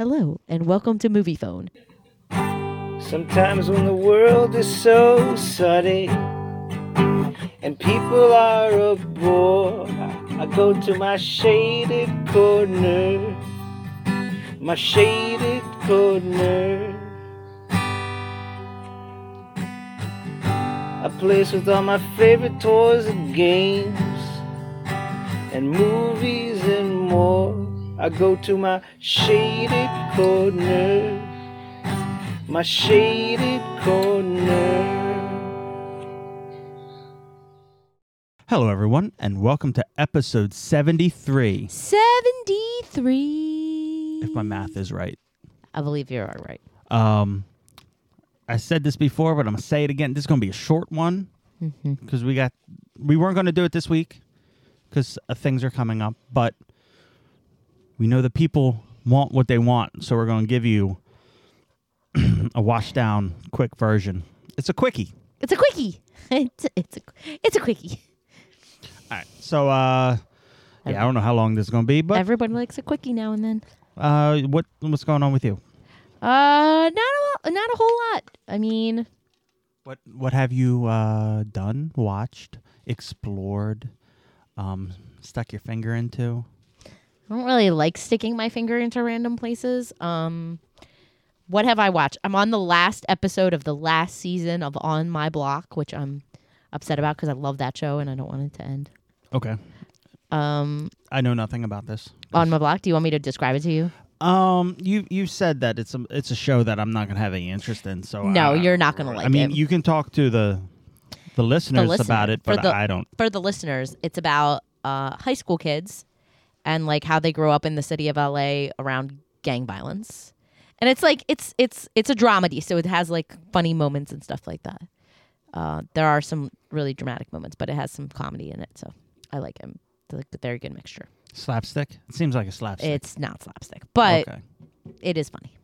Hello, and welcome to Movie Phone. Sometimes when the world is so sunny and people are a bore, I go to my shaded corner, my shaded corner. A place with all my favorite toys and games and movies and more. I go to my shaded corner my shaded corner. Hello, everyone, and welcome to episode 73, 73. if my math is right. I believe you are right. Um, I said this before, but I'm going to say it again. This is going to be a short one because we got we weren't going to do it this week because uh, things are coming up, but we know the people want what they want, so we're going to give you a wash down quick version. It's a quickie. It's a quickie. It's, it's, a, it's a quickie. All right. So, uh, yeah, I don't know how long this is going to be, but Everyone likes a quickie now and then. uh, what what's going on with you? Uh, not a, lo- not a whole lot. I mean, What what have you uh, done, watched, explored, um, stuck your finger into? I don't really like sticking my finger into random places. Um, what have I watched? I'm on the last episode of the last season of On My Block, which I'm upset about because I love that show and I don't want it to end. Okay, Um, I know nothing about this. On My Block, do you want me to describe it to you? Um, you you said that it's a it's a show that I'm not gonna have any interest in. So No, I- you're not gonna I like mean, it. you can talk to the the listeners listener- about it, for but the- I don't. For the listeners, it's about uh, high school kids and like how they grow up in the city of LA around gang violence. And it's like it's it's it's a dramedy, so it has like funny moments and stuff like that. Uh, there are some really dramatic moments, but it has some comedy in it, so I like them. They're they're a good mixture. Slapstick. It seems like a slapstick. It's not slapstick, but okay. it is funny.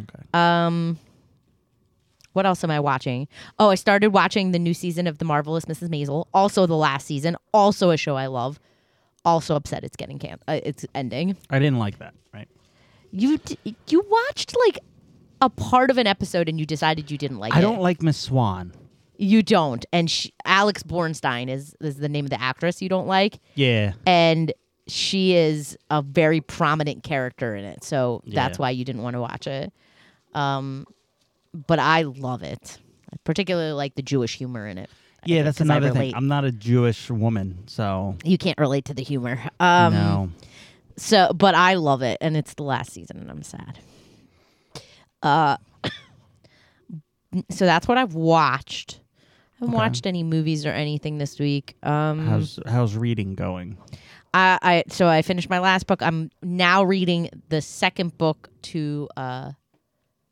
Okay. Um, what else am I watching? Oh, I started watching the new season of The Marvelous Mrs. Maisel. Also, the last season. Also, a show I love. Also, upset it's getting can- uh, it's ending. I didn't like that. Right. You d- you watched like a part of an episode and you decided you didn't like I it. don't like Miss Swan. You don't. And she, Alex Bornstein is is the name of the actress you don't like, Yeah. and she is a very prominent character in it. So that's Yeah. why you didn't want to watch it. Um, but I love it. I particularly like the Jewish humor in it. I Yeah, think, that's 'cause I another thing. relate- I'm not a Jewish woman, so you can't relate to the humor. Um, no. So, but I love it, and it's the last season, and I'm sad. Uh, so that's what I've watched. I haven't watched any movies or anything this week. Um, How's how's reading going? I, I so I finished my last book. I'm now reading the second book to uh,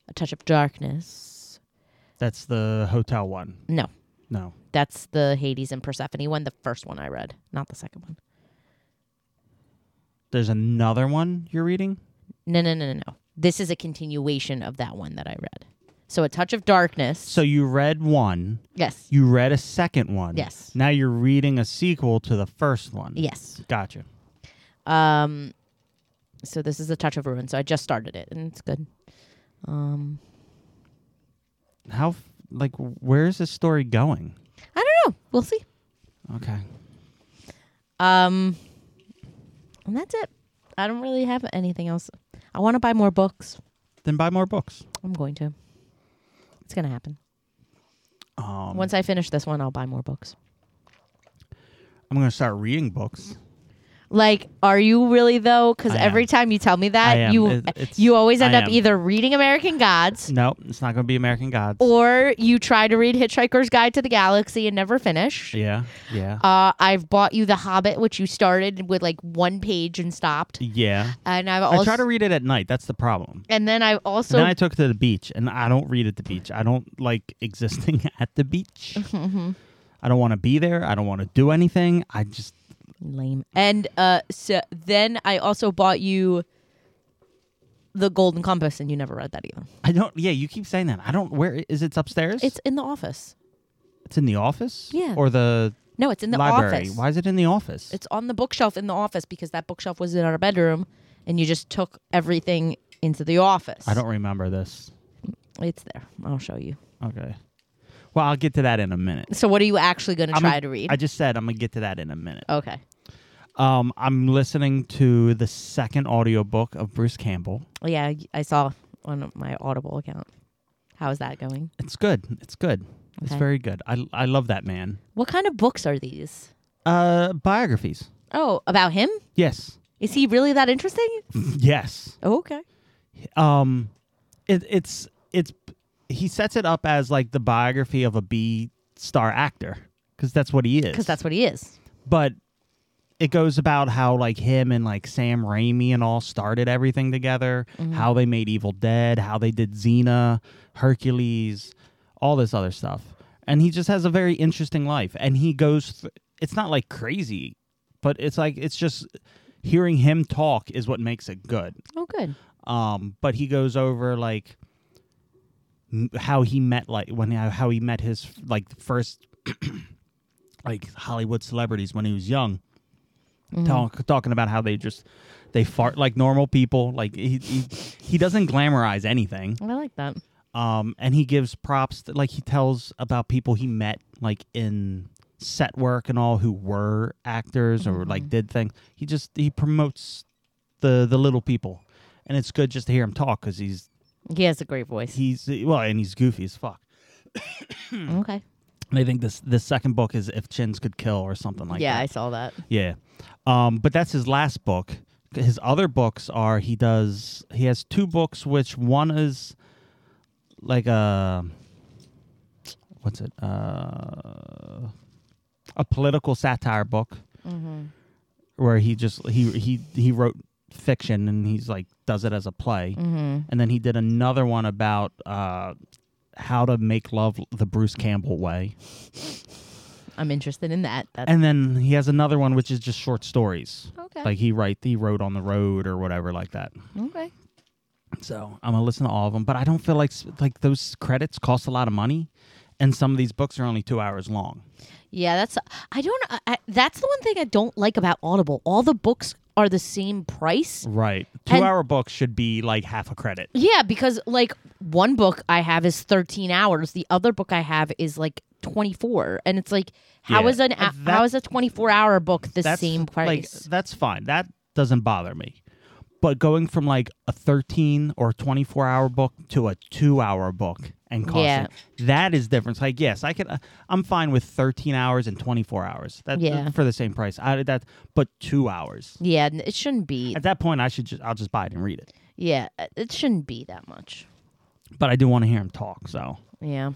A Touch of Darkness. That's the hotel one. No, No. that's the Hades and Persephone one, the first one I read, not the second one. There's another one you're reading? No, no, no, no, no. This is a continuation of that one that I read. So A Touch of Darkness. So you read one, yes. you read a second one. Yes. Now you're reading a sequel to the first one. Yes. Gotcha. Um so this is A Touch of Ruin. So I just started it and it's good. How f- like where's this story going? I Oh, don't know. We'll see. Okay. Um and that's it. I don't really have anything else. I want to buy more books. Then buy more books. I'm going to. It's gonna happen. Um, Once I finish this one, I'll buy more books. I'm going to start reading books. Like, are you really though? Because I every am. time you tell me I that, am. you It- it's- you always end I up am. either reading American Gods No, it's not going to be American Gods. or you try to read Hitchhiker's Guide to the Galaxy and never finish. yeah. Yeah. Uh, I've bought you The Hobbit, which you started with like one page and stopped. yeah. And I've I also try to read it at night. That's the problem. and then I've And also then I took it to the beach, and I don't read at the beach. I don't like existing at the beach. Mm-hmm. I don't want to be there. I don't want to do anything. I just lame. And uh, so then I also bought you The Golden Compass, and you never read that either. I don't. Yeah, you keep saying that. I don't. Where is it? Upstairs? It's in the office. it's in the office. Yeah. Or the No, it's in the library. office. Why is it in the office? It's on the bookshelf in the office because that bookshelf was in our bedroom, and you just took everything into the office. I don't remember this. It's there. I'll show you. Okay. Well, I'll get to that in a minute. So what are you actually going to I'm try gonna- to read? I just said I'm gonna get to that in a minute. okay. Um, I'm listening to the second audiobook of Bruce Campbell. Yeah, y- I saw on my Audible account. How is that going? It's good. It's good. It's Okay. very good. I I love that man. What kind of books are these? Uh, biographies. Oh, about him? Yes. Is he really that interesting? Yes. Oh, okay. um it, it's it's he sets it up as like the biography of a b star actor because that's what he is Because that's what he is. but it goes about how like him and like sam raimi and all started everything together how they made evil dead how they did xena hercules all this other stuff and he just has a very interesting life and he goes th- it's not like crazy but it's like it's just hearing him talk is what makes it good Oh, good. um, but he goes over like n- how he met like when how he met his like first like Hollywood celebrities when he was young. Talk, talking about how they just they fart like normal people. Like he he, he doesn't glamorize anything. I like that. Um, and he gives props that, like he tells about people he met like in set work and all who were actors or like did things. He just he promotes the the little people, and it's good just to hear him talk because he's He has a great voice. he's well and he's goofy as fuck. Hmm. okay. And I think this this second book is if chins could kill or something like yeah, that. I saw that. Yeah. Um, but that's his last book. His other books are he does he has two books which one is like a what's it? Uh a political satire book where he just he he he wrote fiction and he's like does it as a play. And then he did another one about uh how to make love the Bruce Campbell way. I'm interested in that. That's And then he has another one which is just short stories. okay. Like he write he wrote on the road or whatever like that. okay. So I'm gonna listen to all of them, but I don't feel like s- like those credits cost a lot of money, and some of these books are only two hours long. Yeah, that's I don't I, I- that's the one thing I don't like about Audible. All the books are the same price. Right, two And- hour books should be like half a credit. Yeah, because like one book I have is 13 hours, the other book I have is like 24, and it's like how Yeah. is an a- That- how is a 24 hour book the same price? Like that's fine. That doesn't bother me. But going from like a thirteen or twenty four hour book to a two hour book and costing Yeah. that is different. Like yes, I could. uh, I'm fine with thirteen hours and twenty four hours. That Yeah. for the same price. I that but two hours. yeah, n- it shouldn't be. At that point, I should just I'll just buy it and read it. Yeah, uh, it shouldn't be that much. But I do want to hear him talk, so Yeah.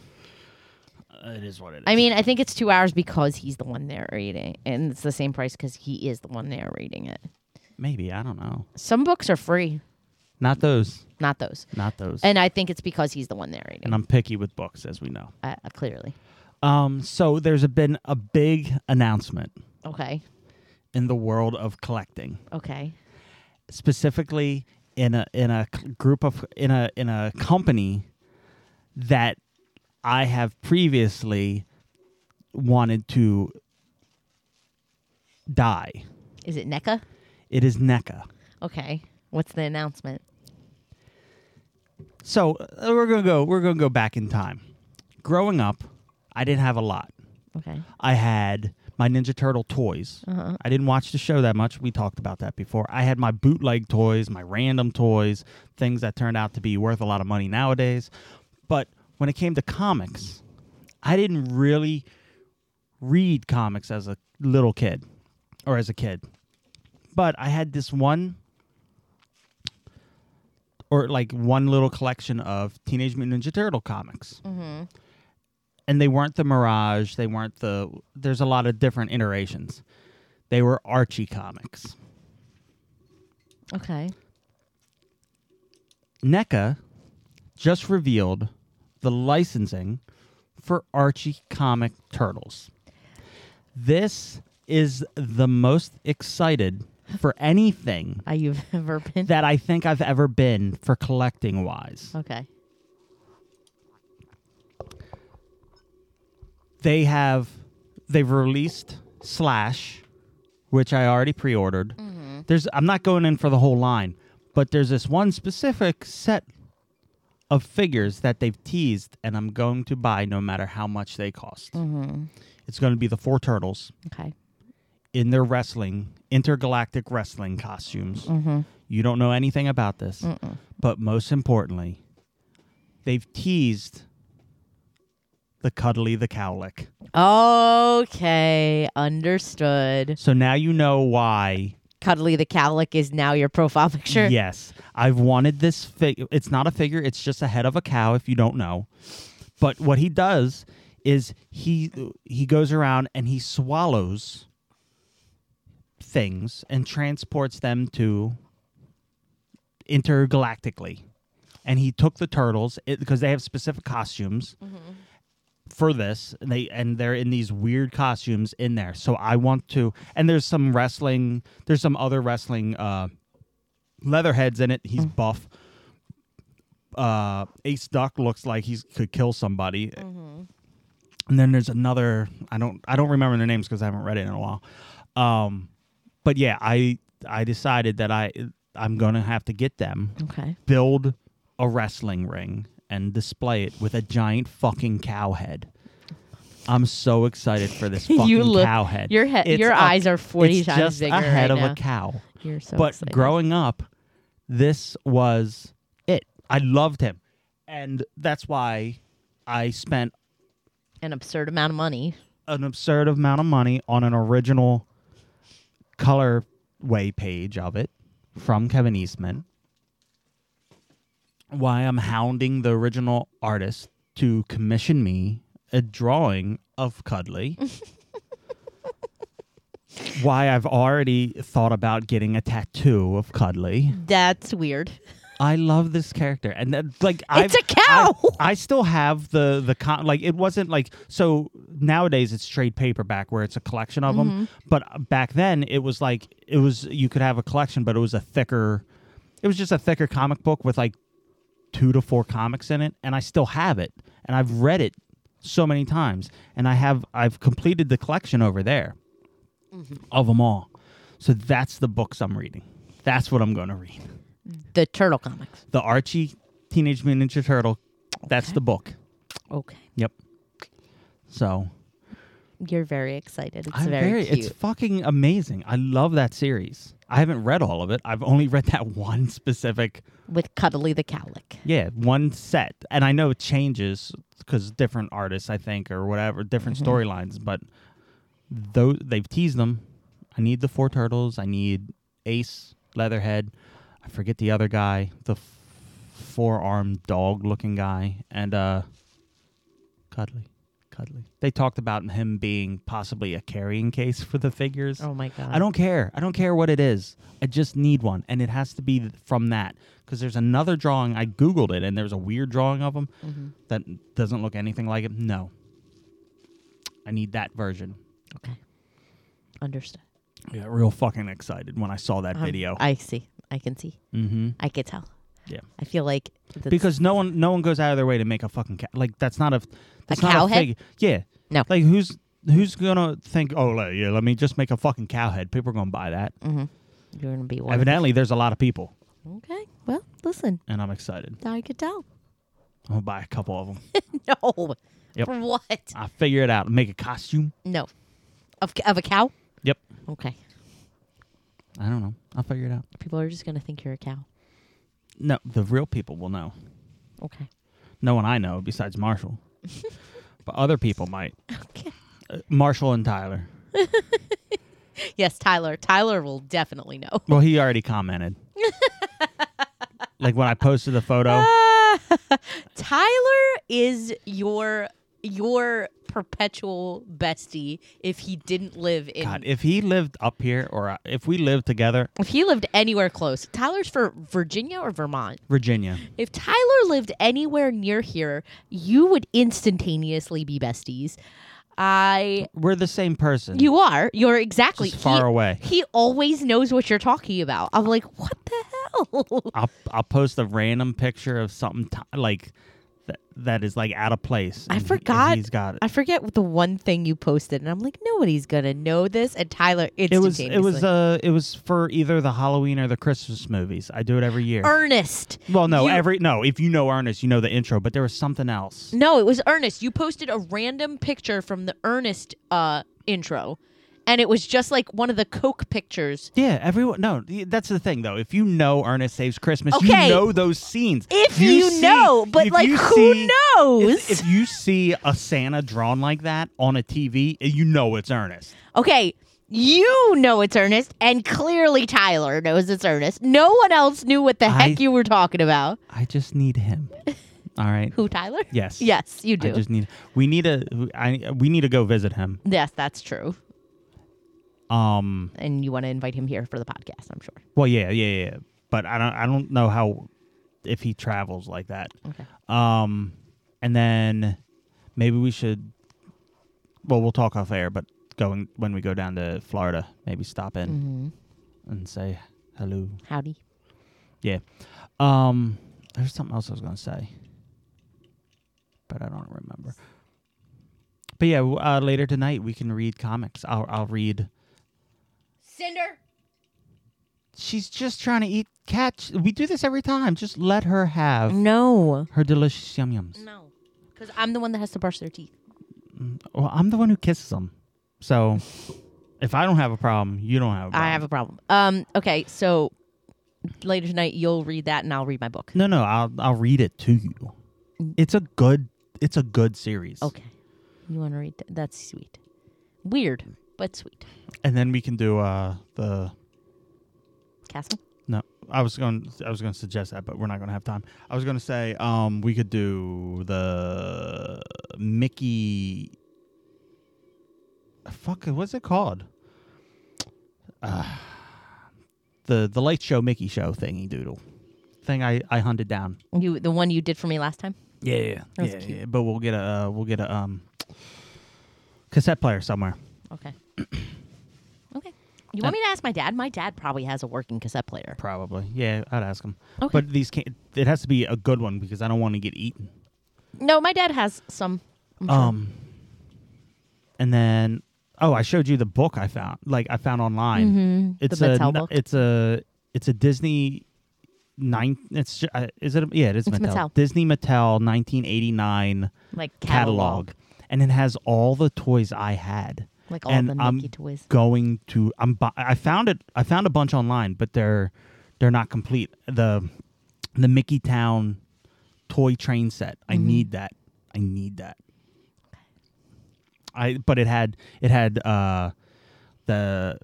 it is what it is. I mean, I think it's two hours because he's the one narrating, and it's the same price because he is the one narrating it. maybe I don't know. Some books are free, Not those. not those. Not those. And I think it's because he's the one narrating, and I'm picky with books, as we know. uh, clearly. Um, so there's a, been a big announcement Okay. in the world of collecting, Okay. specifically in a in a c- group of in a in a company that I have previously wanted to die. Is it NECA? It is E NECA. Okay. What's the announcement? So uh, we're gonna go. We're gonna go back in time. Growing up, I didn't have a lot. Okay. I had my Ninja Turtle toys. I didn't watch the show that much. We talked about that before. I had my bootleg toys, my random toys, things that turned out to be worth a lot of money nowadays. But when it came to comics, I didn't really read comics as a little kid or as a kid. But I had this one or like one little collection of Teenage Mutant Ninja Turtle comics and they weren't the Mirage. They weren't the. There's a lot of different iterations. They were Archie comics. Okay. NECA just revealed the licensing for Archie comic Turtles. This is the most excited for anything Are you ever been? that I think I've ever been for collecting wise. okay. they have they've released slash which i already pre-ordered there's i'm not going in for the whole line But there's this one specific set of figures that they've teased, and I'm going to buy no matter how much they cost. It's going to be the four turtles Okay. in their wrestling, intergalactic wrestling costumes. You don't know anything about this. But most importantly, they've teased the Cuddly the Cowlick. Okay, understood. So now you know why Cuddly the cowlick is now your profile picture. Yes. I've wanted this figure. It's not a figure, it's just a head of a cow if you don't know. But what he does is he he goes around and he swallows things and transports them to intergalactically. And he took the turtles it, because they have specific costumes for this. And they and they're in these weird costumes in there. So I want to and there's some wrestling, there's some other wrestling uh Leatherhead's in it. He's buff. Uh, Ace Duck looks like he could kill somebody. And then there's another. I don't. I don't remember their names because I haven't read it in a while. Um, but yeah, I I decided that I I'm gonna have to get them Okay. build a wrestling ring and display it with a giant fucking cow head. I'm so excited for this fucking You look- cow head. your head- It's your eyes are 40 it's times just bigger a head right of now. a cow You're so but excited. growing up, this was it. I loved him, and that's why I spent an absurd amount of money. an absurd amount of money on an original colorway page of it from Kevin Eastman. Why I'm hounding the original artist to commission me a drawing of Cuddly. Why I've already thought about getting a tattoo of Cuddly. That's weird. I love this character, and that, like I've, a cow! I, I still have the the con- like it wasn't like so nowadays it's trade paperback where it's a collection of Mm-hmm. them, but uh, back then it was like it was you could have a collection, but it was a thicker, it was just a thicker comic book with like two to four comics in it, and I still have it, and I've read it so many times, and I have I've completed the collection over there Mm-hmm. of them all, so that's the books I'm reading. That's what I'm going to read The turtle comics. the Archie Teenage Mutant Ninja Turtle. That's the book. Okay. Yep. So You're very excited. It's I'm very, cute. it's fucking amazing. I love that series. I haven't read all of it. I've only read that one specific, With Cuddly the cowlick. yeah, one set. And I know it changes because different artists, I think, or whatever, different storylines. But though they've teased them, I need the four turtles. I need Ace Leatherhead. I forget the other guy, the f- four-armed dog-looking guy, and uh, Cuddly. Cuddly. They talked about him being possibly a carrying case for the figures. Oh my god. I don't care. I don't care what it is. I just need one, and it has to be th- from that because there's another drawing. I googled it, and there's a weird drawing of him Mm-hmm. that doesn't look anything like him. No, I need that version. Okay. Understood. I got real fucking excited when I saw that Um, video. I see. I can see. mm-hmm. I can tell. Yeah, I feel like that's, because no one, no one goes out of their way to make a fucking cow. Like that's not a, that's not cow a head? fig- Yeah, No. Like who's who's gonna think? Oh, le- yeah, let me just make a fucking cow head. People are gonna buy that. you're gonna be one. of Evidently, there's a lot of people, the- Okay. Well, listen. and I'm excited. Now I could tell. I'm gonna buy a couple of them. No. Yep. For what? I figure it out. Make a costume. No. Of of a cow? Yep. Okay. I don't know. I'll figure it out. People are just gonna think you're a cow. No, the real people will know. Okay. No one I know besides Marshall, but other people might. Okay. Uh, Marshall and Tyler. Yes, Tyler. Tyler will definitely know. Well, he already commented. like when I posted the photo. Tyler is your your perpetual bestie if he didn't live in God, if he lived up here or uh, if we lived together, if he lived anywhere close. Tyler's for Virginia or Vermont. Virginia. If Tyler lived anywhere near here, you would instantaneously be besties. I We're the same person. you are. You're exactly Just far he- away. He always knows what you're talking about. I'm like, what the hell? I'll, I'll post a random picture of something t- like that, that is like out of place. I and he- and forgot. he's got it. I forget what the one thing you posted, and I'm like, nobody's gonna know this. And Tyler, It was instantaneously, it was uh it was for either the Halloween or the Christmas movies. I do it every year. Ernest. well, no, you- every no. If you know Ernest, you know the intro. But there was something else. No, it was Ernest. You posted a random picture from the Ernest uh, intro, and it was just like one of the Coke pictures. Yeah, everyone. No, y- that's the thing though. If you know Ernest Saves Christmas, Okay. you know those scenes. If you, see- know, but if like, you who see- knows? If, if you see a Santa drawn like that on a TV, you know it's Ernest. okay, you know it's Ernest, and clearly Tyler knows it's Ernest. No one else knew what the I- heck you were talking about. I just need him. All right. Who, Tyler? Yes. Yes, you I do. just need. We need a. I we need to go visit him. yes, that's true. Um. And you want to invite him here for the podcast, I'm sure. Well, yeah, yeah, yeah. But I don't. I don't know how if he travels like that. Okay. Um. And then maybe we should. Well, we'll talk off air, but going when we go down to Florida, maybe stop in hmm and say hello. Howdy. Yeah. Um. There's something else I was gonna say, but I don't remember. But yeah, w- uh, later tonight we can read comics. I'll I'll read. Cinder. She's just trying to eat cat. We do this every time. Just let her have No. her delicious yum yums. No. Because I'm the one that has to brush their teeth. Well, I'm the one who kisses them, so if I don't have a problem, you don't have. A problem. I have a problem. Um. Okay. So later tonight, you'll read that, and I'll read my book. No, no, I'll I'll read it to you. It's a good it's a good series. Mm. Okay. You want to read? That? That's sweet. Weird, but sweet. And then we can do uh the Castle. no. I was going I was going to suggest that, but we're not going to have time. I was going to say um we could do the Mickey Fuck, what's it called? Uh, the the late show Mickey show thingy doodle thing I I hunted down. You the one you did for me last time. Yeah, yeah, That was yeah, cute. yeah. But we'll get a uh, we'll get a um cassette player somewhere. Okay. okay. You want me to ask my dad? My dad probably has a working cassette player. Probably. Yeah, I'd ask him. Okay. But these can't. It has to be a good one because I don't want to get eaten. No, my dad has some. I'm sure. Um. And then, oh, I showed you the book I found. Like I found online. Mhm. It's the a. Mattel n- book. It's a. It's a Disney. Nine. It's. ju- Uh, is it? A, yeah, it is It's Mattel. Mattel. Disney Mattel 1989 like catalog. catalog, and it has all the toys I had. like all and the I'm Mickey toys. going to I'm bu- I found it I found a bunch online, but they're they're not complete. The the Mickey Town toy train set. I need that. I need that. I but it had it had uh the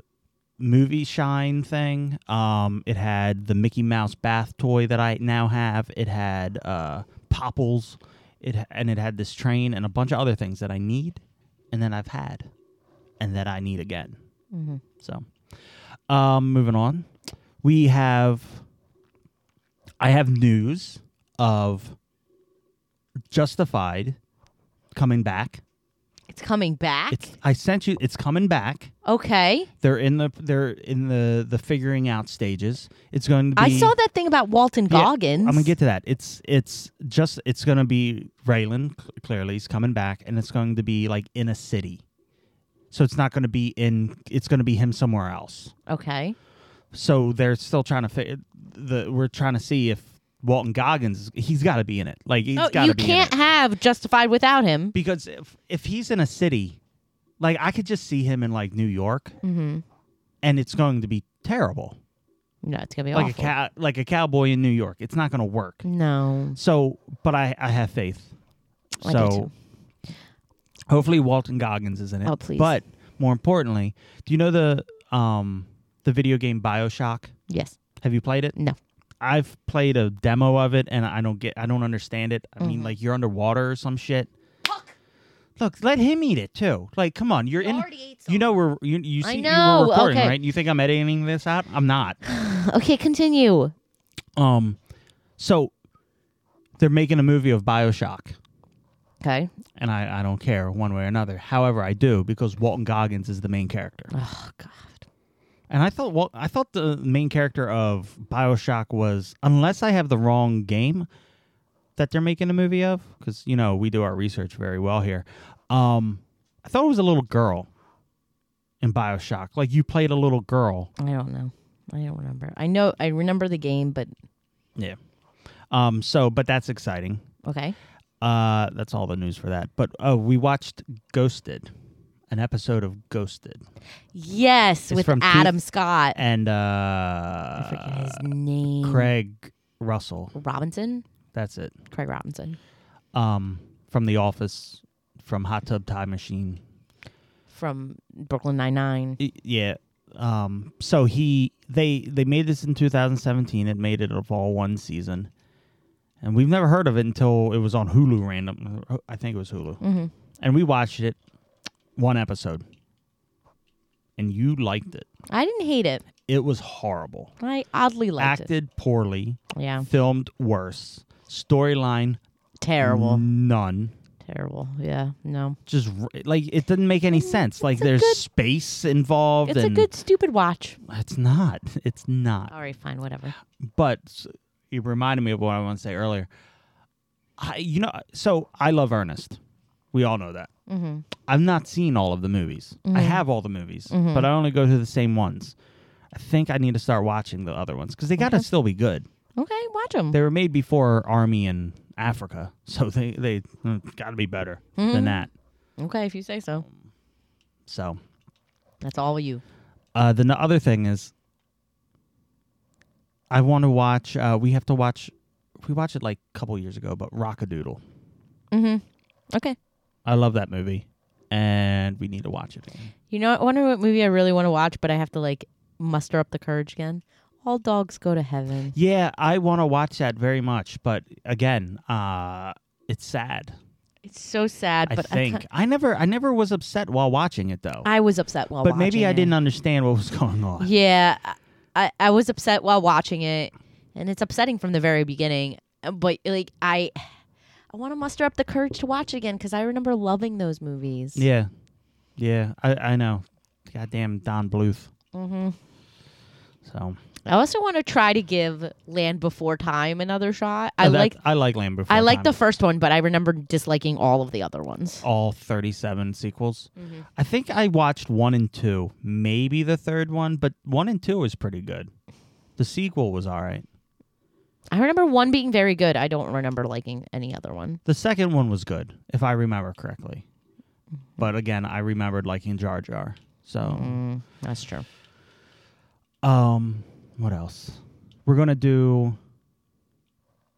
movie shine thing. Um it had the Mickey Mouse bath toy that I now have. It had uh Popples. It ha- and it had this train and a bunch of other things that I need and that I've had and that I need again. Mm-hmm. So, um, moving on, we have I have news of Justified coming back. It's coming back. It's I sent you. It's coming back. okay. They're in the they're in the the figuring out stages. It's going to be. I saw that thing about Walton Yeah, Goggins. I'm gonna get to that. It's it's just it's gonna be Raylan cl- clearly is coming back, and it's going to be like in a city. So it's not gonna be in. It's gonna be him somewhere else. Okay. So they're still trying to fit the. We're trying to see if Walton Goggins. He's got to be in it. Like he's No, got Oh, you to be in can't it. have Justified without him. because if if he's in a city, like I could just see him in like New York, Mm-hmm. and it's going to be terrible. No, it's gonna be Like awful. a cow, like a cowboy in New York. It's not going to work. No. So, but I I have faith. I do so too. hopefully Walton Goggins is in it. Oh, please. But more importantly, do you know the um the video game BioShock? Yes. Have you played it? No. I've played a demo of it and I don't get I don't understand it. I mean Mhm. like you're underwater or some shit. Look, let him eat it too. Like come on, you're in you know we're you you I see know, you were recording, okay. right? You think I'm editing this out? I'm not. Okay, continue. Um so they're making a movie of BioShock Okay. and I, I don't care one way or another. However, I do because Walton Goggins is the main character. Oh God. And I thought well, I thought the main character of BioShock was unless I have the wrong game, that they're making a movie of because you know we do our research very well here. Um, I thought it was a little girl in Bioshock. Like you played a little girl. I don't know. I don't remember. I know I remember the game, but Yeah. Um. So, but that's exciting. okay. Uh, that's all the news for that. But oh, we watched Ghosted, an episode of Ghosted, Yes, with from two- Adam Scott. and uh, I forget his name. Craig Russell. Robinson. That's it. Craig Robinson Um, from The Office, from Hot Tub Time Machine. from Brooklyn Nine Nine. Y- Yeah. Um, so he they they made this in 2017. It made it of all one season, and we've never heard of it until it was on Hulu. Random, I think it was Hulu, Mhm. and we watched it one episode, and you liked it. I didn't hate it. It was horrible. I oddly liked it. Acted poorly, Yeah, filmed worse, storyline terrible, Mm. none. terrible. Yeah, no. Just r- like it didn't make any sense. Like Mm, a there's good- space involved. It's a and- good Uh. stupid watch. It's not. It's not. All right, fine, whatever. but s- it reminded me of what I want to say earlier. I, you know, so I love Ernest. We all know that. Mm-hmm. I've not seen all of the movies. I have all the movies, Mhm. but I only go to the same ones. I think I need to start watching the other ones because they got to Okay. still be good. Okay, watch them. They were made before Army in Africa, so they they got to be better than Mhm. that. Okay, if you say so. So That's all you. uh, the n- other thing is, I want to watch. Uh, we have to watch. We watched it like a couple years ago, but Rockadoodle. Mm-hmm. Okay. I love that movie, and we need to watch it. again. You know, I wonder what movie I really want to watch, but I have to like muster up the courage again. All dogs go to heaven. Yeah, I want to watch that very much, but again, uh, it's sad. It's so sad, I but think I, ki- never, I never was upset while watching it though. I was upset while. but maybe watching I it. didn't understand what was going on. Yeah, I- I, I was upset while watching it, and it's upsetting from the very beginning. uh, But like I, I want to muster up the courage to watch again because I remember loving those movies. Yeah, yeah, I, I know. Goddamn Don Bluth. hmm So I also want to try to give Land Before Time another shot. I Oh, that- like I like Land Before. I like the Time. first one, but I remember disliking all of the other ones. all thirty-seven sequels. I think I watched one and two, maybe the third one, but one and two is pretty good. The sequel was all right. I remember one being very good. I don't remember liking any other one. The second one was good, if I remember correctly. But again, I remembered liking Jar Jar. So, Mm, that's true. um, what else? We're gonna do.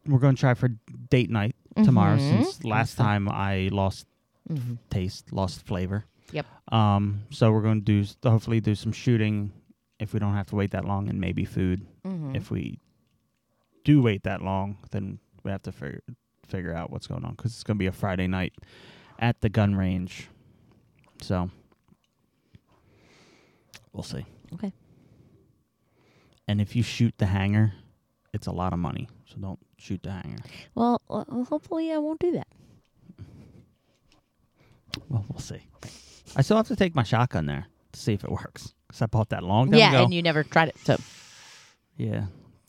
We're gonna try for date night tomorrow, Mhm. since last time I lost Mhm. taste, lost flavor. Yep. Um, so we're gonna do s- hopefully do some shooting if we don't have to wait that long, and maybe food Mhm. if we do wait that long, then we have to figure figure out what's going on because it's going to be a Friday night at the gun range. So we'll see. Okay. And if you shoot the hanger, it's a lot of money, so don't shoot the hanger. Well, uh, hopefully I won't do that. Well, we'll see. I still have to take my shotgun there to see if it works because I bought that long time yeah, ago. and you never tried it, so yeah,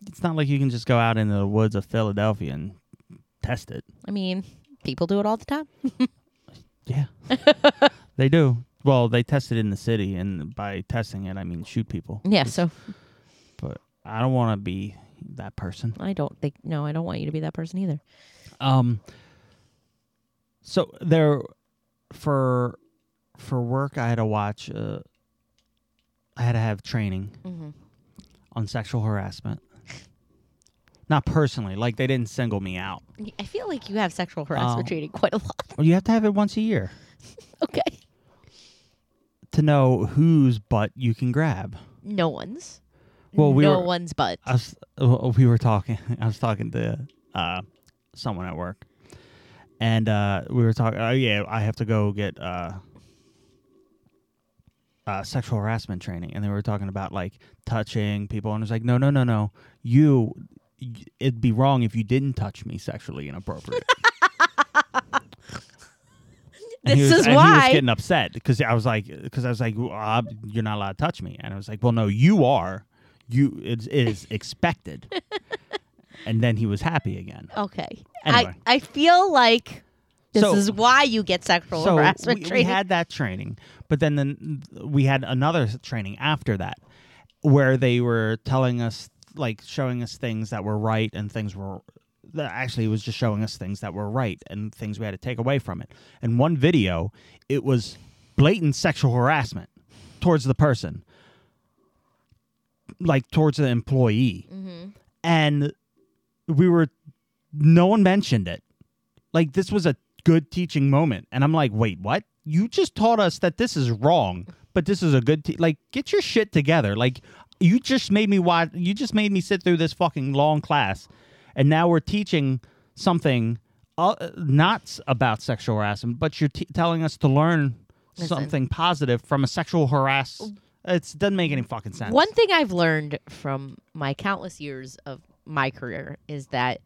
it's not like you can just go out into the woods of Philadelphia and test it. I mean, people do it all the time. Yeah. they do. Well, they test it in the city, and by testing it, I mean shoot people. Yeah, so But I don't want to be that person. I don't think no, I don't want you to be that person either. Um. So there, for for work, I had to watch. Uh, I had to have training Mhm. on sexual harassment. Not personally, like they didn't single me out. I feel like you have sexual harassment Oh. training quite a lot. Well, you have to have it once a year Okay. to know whose butt you can grab. No one's. Well, we no were- one's butt. I was, uh, we were talking. I was talking to uh, someone at work, and uh, we were talking. Oh yeah, I have to go get uh, uh, sexual harassment training, and they were talking about like touching people, and it's like, no, no, no, no, you. y- It'd be wrong if you didn't touch me sexually inappropriate. And he this was- is and he was why. getting upset because I was like, because I was like, well, uh, you're not allowed to touch me, and I was like, well, no, you are. You it is expected. and then he was happy again. Okay. Anyway. I, I feel like this So- is why you get sexual so harassment we, we training. had that training, but then the, we had another s- training after that where they were telling us, like showing us things that were right and things were that actually it was just showing us things that were right and things we had to take away from it. In one video, it was blatant sexual harassment towards the person, like towards the employee. Mm-hmm. And we were, no one mentioned it. Like this was a good teaching moment, and I'm like, wait, what? You just taught us that this is wrong, but this is a good te- like. Get your shit together. Like you just made me watch. You just made me sit through this fucking long class, and now we're teaching something uh, not s- about sexual harassment, but you're t- telling us to learn Listen. something positive from a sexual harass. It doesn't make any fucking sense. One thing I've learned from my countless years of my career is that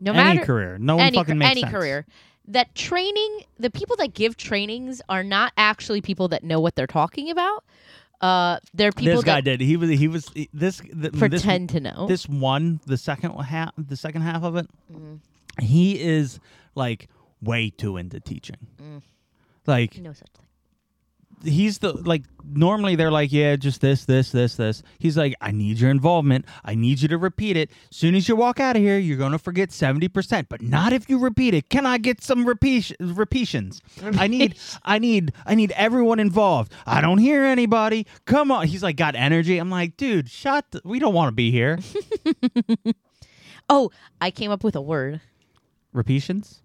no any matter career, no one any, fucking ca- makes any sense. career that training the people that give trainings are not actually people that know what they're talking about uh they're people This guy that did. He was. He was. he- This. th- this pretend to know this one, the second half, the second half of it, Mm. he is like way too into teaching. Mm. Like no such thing he's the like normally they're like yeah just this this this this he's like i need your involvement i need you to repeat it soon as you walk out of here you're gonna forget 70% but not if you repeat it can i get some repeat repetitions i need i need i need everyone involved i don't hear anybody come on he's like got energy i'm like dude shut the, we don't want to be here oh i came up with a word repetitions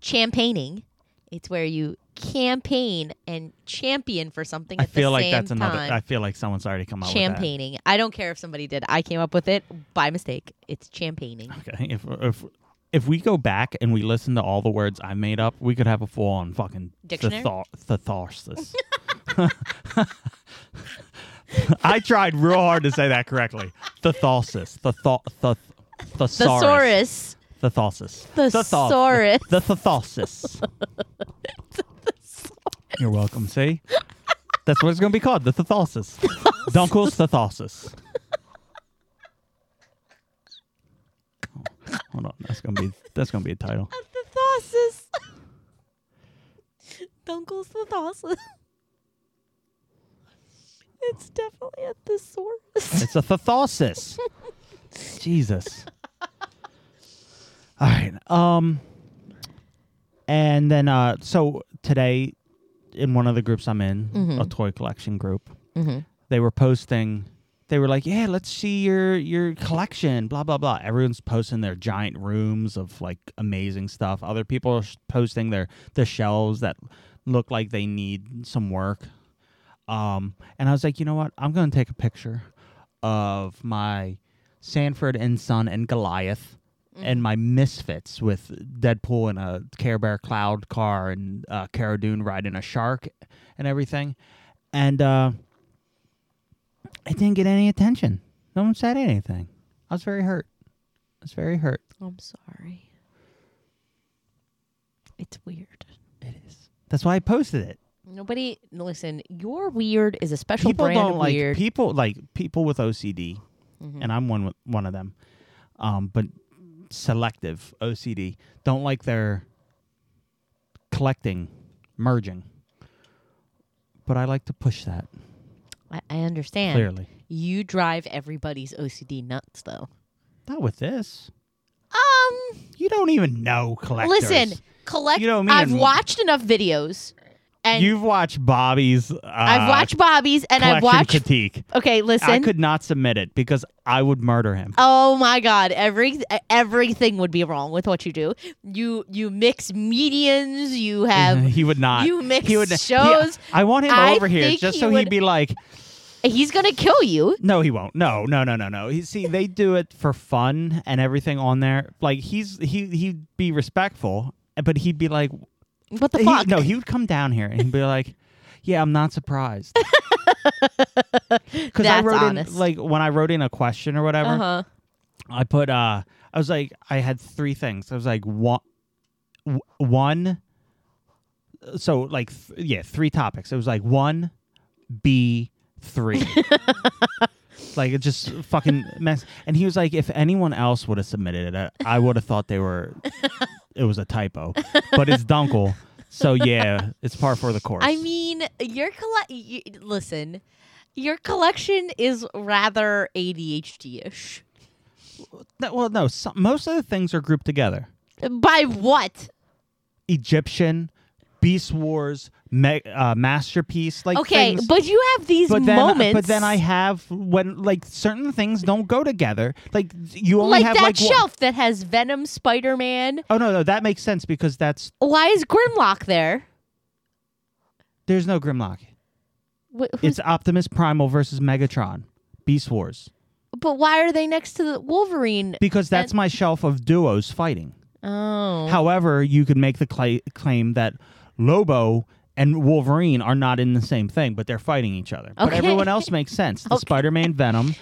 champagning it's where you campaign and champion for something I at feel the like same that's another. time I feel like someone's already come up champagning i don't care if somebody did i came up with it by mistake it's champagning with that. Okay, if if if we go back and we listen to all the words I made up, we could have a full on fucking Dictionary? thetho- Thetharsis. I tried real hard to say that correctly. Thetharsis. Thetho- theth- Thesaurus. thesaurus Thetharsis. Thesaurus. The thetharsis. You're welcome. See, that's what it's going to be called. The thetharsis. Dunkel's thetharsis. Oh, Hold on, that's going to be that's going to be a title. Thethosis. Dunkel's Thethosis. It's definitely a thesaurus. It's a thetharsis. Jesus. All right. Um and then uh so today in one of the groups I'm in, a toy collection group, they were posting they were like, "Yeah, let's see your your collection, blah blah blah." Everyone's posting their giant rooms of like amazing stuff. Other people are sh- posting their the shelves that look like they need some work. Um, and I was like, you know what? I'm going to take a picture of my Sanford and Son and Goliath and my Misfits with Deadpool in a Care Bear Cloud car and uh, Cara Dune riding a shark and everything. And uh, I didn't get any attention. No one said anything. I was very hurt. I was very hurt. I'm sorry. It's weird. It is. That's why I posted it. Nobody listen, your weird is a special people brand don't of like weird. people like people with OCD, Mm-hmm. and I'm one with, one of them. Um, but selective OCD don't like their collecting, merging. But I like to push that I, I understand. clearly. You drive everybody's OCD nuts though. Not with this. Um You don't even know collectors. listen, collect You know me I've and- watched enough videos and You've watched Bobby's. Uh, I've watched Bobby's and I've collection watched critique. Okay, listen. I could not submit it because I would murder him. Oh my god, every everything would be wrong with what you do. You you mix medians, you have he would not. you mix he would, he- shows. I want him I over here think just he so would- he'd be like, he's going to kill you. No, he won't. No, no, no, no, no. He, see, they do it for fun and everything on there. Like he's he he'd be respectful, but he'd be like, What the he- fuck? no, he would come down here and he'd be like, yeah, I'm not surprised. Because I That's wrote honest. in like when I wrote in a question or whatever, Uh-huh. I put uh I was like I had three things. I was like one w- one so like th- yeah, three topics. It was like 1 B 3. Like it just fucking mess. And he was like, if anyone else would have submitted it, I, I would have thought they were. It was a typo, but it's Dunkel. So yeah, it's par for the course. I mean, your collect. You, listen, your collection is rather ADHD ish. No, well, no, some, most of the things are grouped together. By what? Egyptian, Beast Wars, me- uh, masterpiece, like Okay, things- but you have these but then, moments. but then I have when like certain things don't go together. Like you only like have that like one- shelf that has Venom, Spider Man. Oh no, no, that makes sense because that's Why is Grimlock there? there's no Grimlock. Wh- who's, It's Optimus Primal versus Megatron, Beast Wars, but why are they next to the Wolverine? because that's my shelf of duos fighting. Oh, However, you could make the cla claim that Lobo and Wolverine are not in the same thing, but they're fighting each other. But Okay. everyone else makes sense. The Okay. Spider-Man, Venom,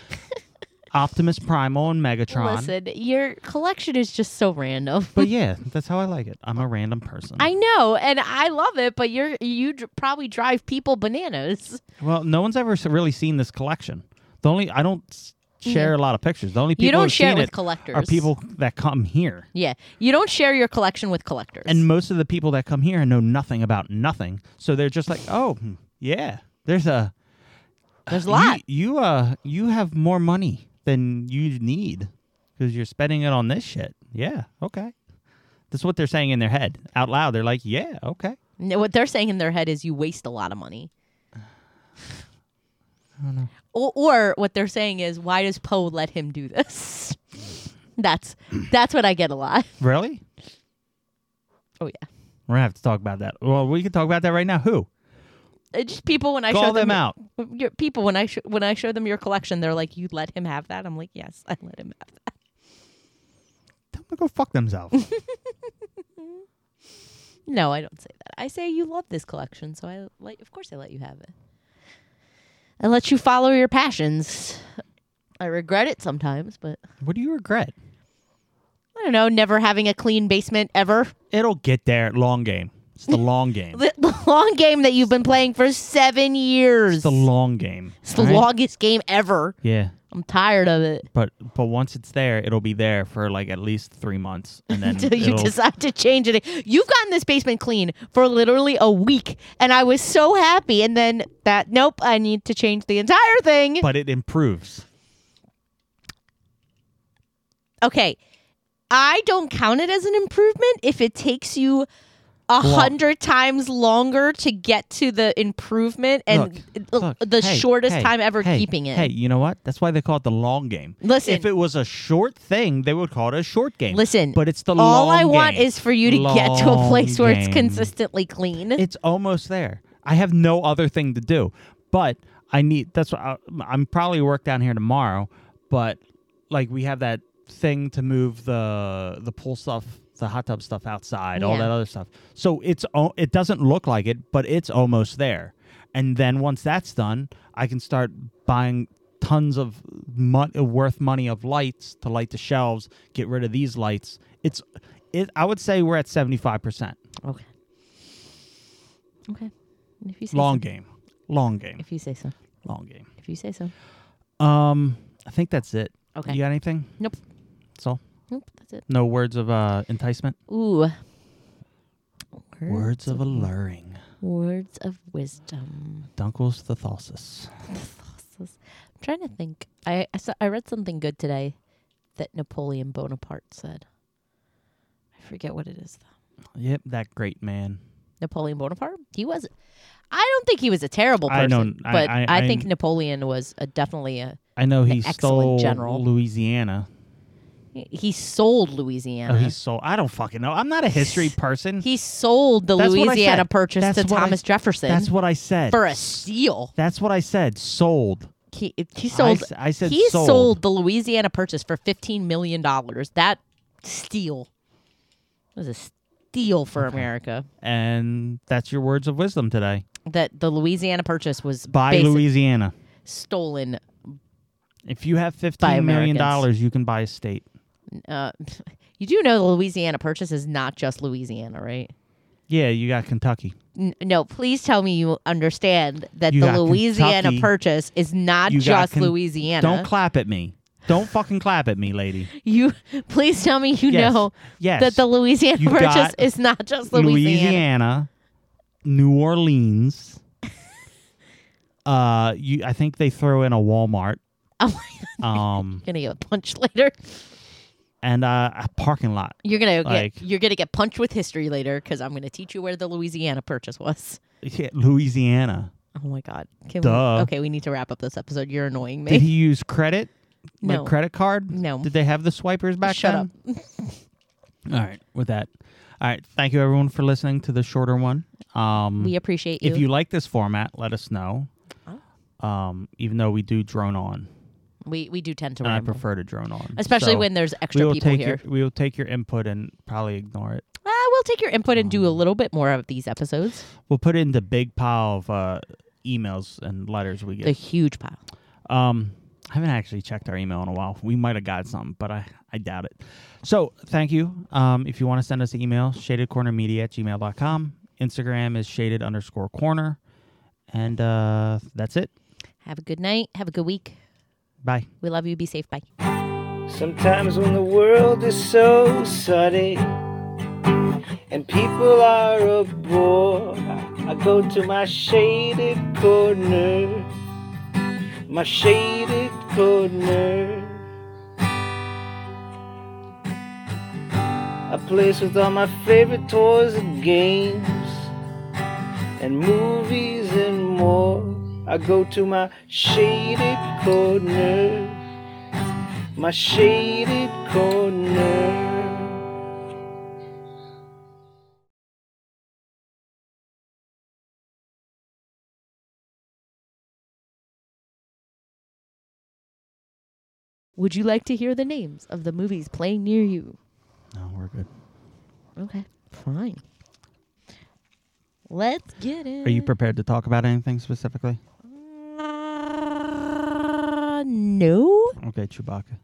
Optimus Primal, and Megatron. listen, your collection is just so random. But yeah, that's how I like it. I'm a random person. I know, and I love it, but you're you dr- probably drive people bananas. well, no one's ever s- really seen this collection. The only I don't s- share a lot of pictures. The only people you don't who've share it seen with are collectors. people that come here. Yeah, you don't share your collection with collectors. And most of the people that come here know nothing about nothing. So they're just like, "Oh, hmm, yeah. There's a there's a You- lot. You, uh you have more money than you need because you're spending it on this shit. Yeah, okay. That's what they're saying in their head out loud. They're like, yeah, okay. No, What they're saying in their head is you waste a lot of money. Or, or what they're saying is, why does Poe let him do this? That's that's what I get a lot. Really? Oh yeah, We're gonna have to talk about that. Well, we can talk about that right now. Who? Uh, just people when I Call show them them out. your- people when I sh- when I show them your collection, they're like, you let him have that. I'm like, yes, I let him have that. Tell them to go fuck themselves. No, I don't say that. I say you love this collection, so I like. Of course, I let you have it. I let you follow your passions. I regret it sometimes, but what do you regret? I don't know, never having a clean basement ever. It'll get there. Long game. It's the long game. The, the long game that you've been playing for seven years. It's the long game. It's the all right? longest game ever. Yeah, I'm tired of it. but but once it's there, it'll be there for like at least three months, and then Until you it'll- decide to change it. You've gotten this basement clean for literally a week, and I was so happy. And then that, nope, I need to change the entire thing. But it improves. okay. I don't count it as an improvement if it takes you a hundred times longer to get to the improvement and the, Look, the hey, shortest hey, time ever hey, keeping it. Hey, you know what? That's why they call it the long game. Listen. if it was a short thing, they would call it a short game. Listen, but it's the all long I want game. is for you to get to a Long place where it's game. consistently clean. It's almost there. I have no other thing to do, but I need. That's what I, I'm probably work down here tomorrow. But like we have that thing to move the the pool stuff, the hot tub stuff outside, all Yeah. that other stuff. So it's al- it doesn't look like it, but it's almost there. And then once that's done, I can start buying tons of mon- worth money of lights to light the shelves. Get rid of these lights. It's it. I would say we're at seventy five percent. okay. Okay. If you say Long so. game. Long game. If you say so. Long game. If you say so. Um, I think that's it. Okay. You got anything? Nope. That's all. Nope. That's it. No words of uh, enticement. Ooh. Words of alluring. Words of wisdom. Dunkel's thethosis. I'm trying to think. I I, saw, I read something good today that Napoleon Bonaparte said. I forget what it is though. Yep, that great man. Napoleon Bonaparte. He was. I don't think he was a terrible person, I don't- I- but I, I- I- think Napoleon was a, definitely a. I know he excellent stole general. Louisiana. He sold Louisiana. Oh, he stole. I don't fucking know. I'm not a history person. Uh-huh. He sold the That's what I Louisiana said. Purchase That's to what I- Thomas Jefferson That's what I said. for a steal. That's what I said. Sold. He, he I sold. s- I said he sold. the Louisiana Purchase for fifteen million dollars. That steal was a steal for America. And that's your words of wisdom today. That the Louisiana Purchase was Buy basi- Louisiana. stolen. If you have fifteen million dollars, Americans. you can buy a state. Uh, you do know the Louisiana Purchase is not just Louisiana, right? Yeah, you got Kentucky. N- no, please tell me you understand that You the got Louisiana Kentucky. purchase is not You got just Ken- Louisiana. Don't clap at me. Don't fucking clap at me, lady. you please tell me you Yes. know Yes. that the Louisiana You purchase got is not just Louisiana. Louisiana, New Orleans. uh, you. I think they throw in a Walmart. Oh my God, Um, you're gonna get punched later. and uh, a parking lot. You're gonna Like- get you're gonna get punched with history later because I'm gonna teach you where the Louisiana purchase was. Yeah, Louisiana. Oh my god. Can Duh. We, okay, we need to wrap up this episode. You're annoying Did me. he use credit? No. Like credit card? No. Did they have the swipers back Shut then? All right, with that. All right, thank you everyone for listening to the shorter one. Um, we appreciate you. Oh. if you like this format, let us know. Um, even though we do drone on, we we do tend to and I ramble. prefer to drone on, Especially So when there's we extra will people take here. Your, we will take your input and probably ignore it. Uh, we'll take your input and Um, do a little bit more of these episodes. We'll put it in the big pile of uh, emails and letters we The get. huge pile. Um, I haven't actually checked our email in a while. We might have got something, but I, I doubt it. So thank you. Um, if you want to send us an email, shadedcornermedia at gmail.com. Instagram is shaded underscore corner. And uh, that's it. Have a good night. Have a good week. Bye. We love you. Be safe. Bye. Sometimes when the world is so sunny and people are a bore, I go to my shaded corner, my shaded corner, a place with all my favorite toys and games and movies and more. I go to my shaded corner my shaded corner. Would you like to hear the names of the movies playing near you? No, we're good. Okay. Fine. Let's get it. Are you prepared to talk about anything specifically? Uh, no. Okay, Chewbacca.